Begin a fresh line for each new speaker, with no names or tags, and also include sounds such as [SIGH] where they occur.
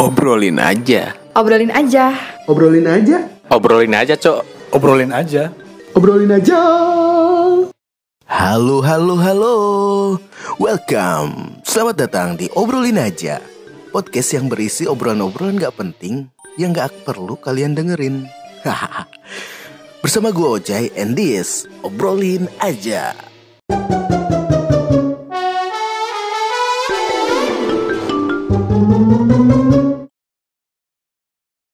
Obrolin aja.
Obrolin aja.
Obrolin aja.
Obrolin aja, Cok.
Obrolin aja.
Obrolin aja.
Halo, halo, halo. Welcome. Selamat datang di Obrolin Aja. Podcast yang berisi obrolan-obrolan gak penting yang gak perlu kalian [LAUGHS] dengerin. Hahaha. Bersama gue Ojai and this Obrolin Aja.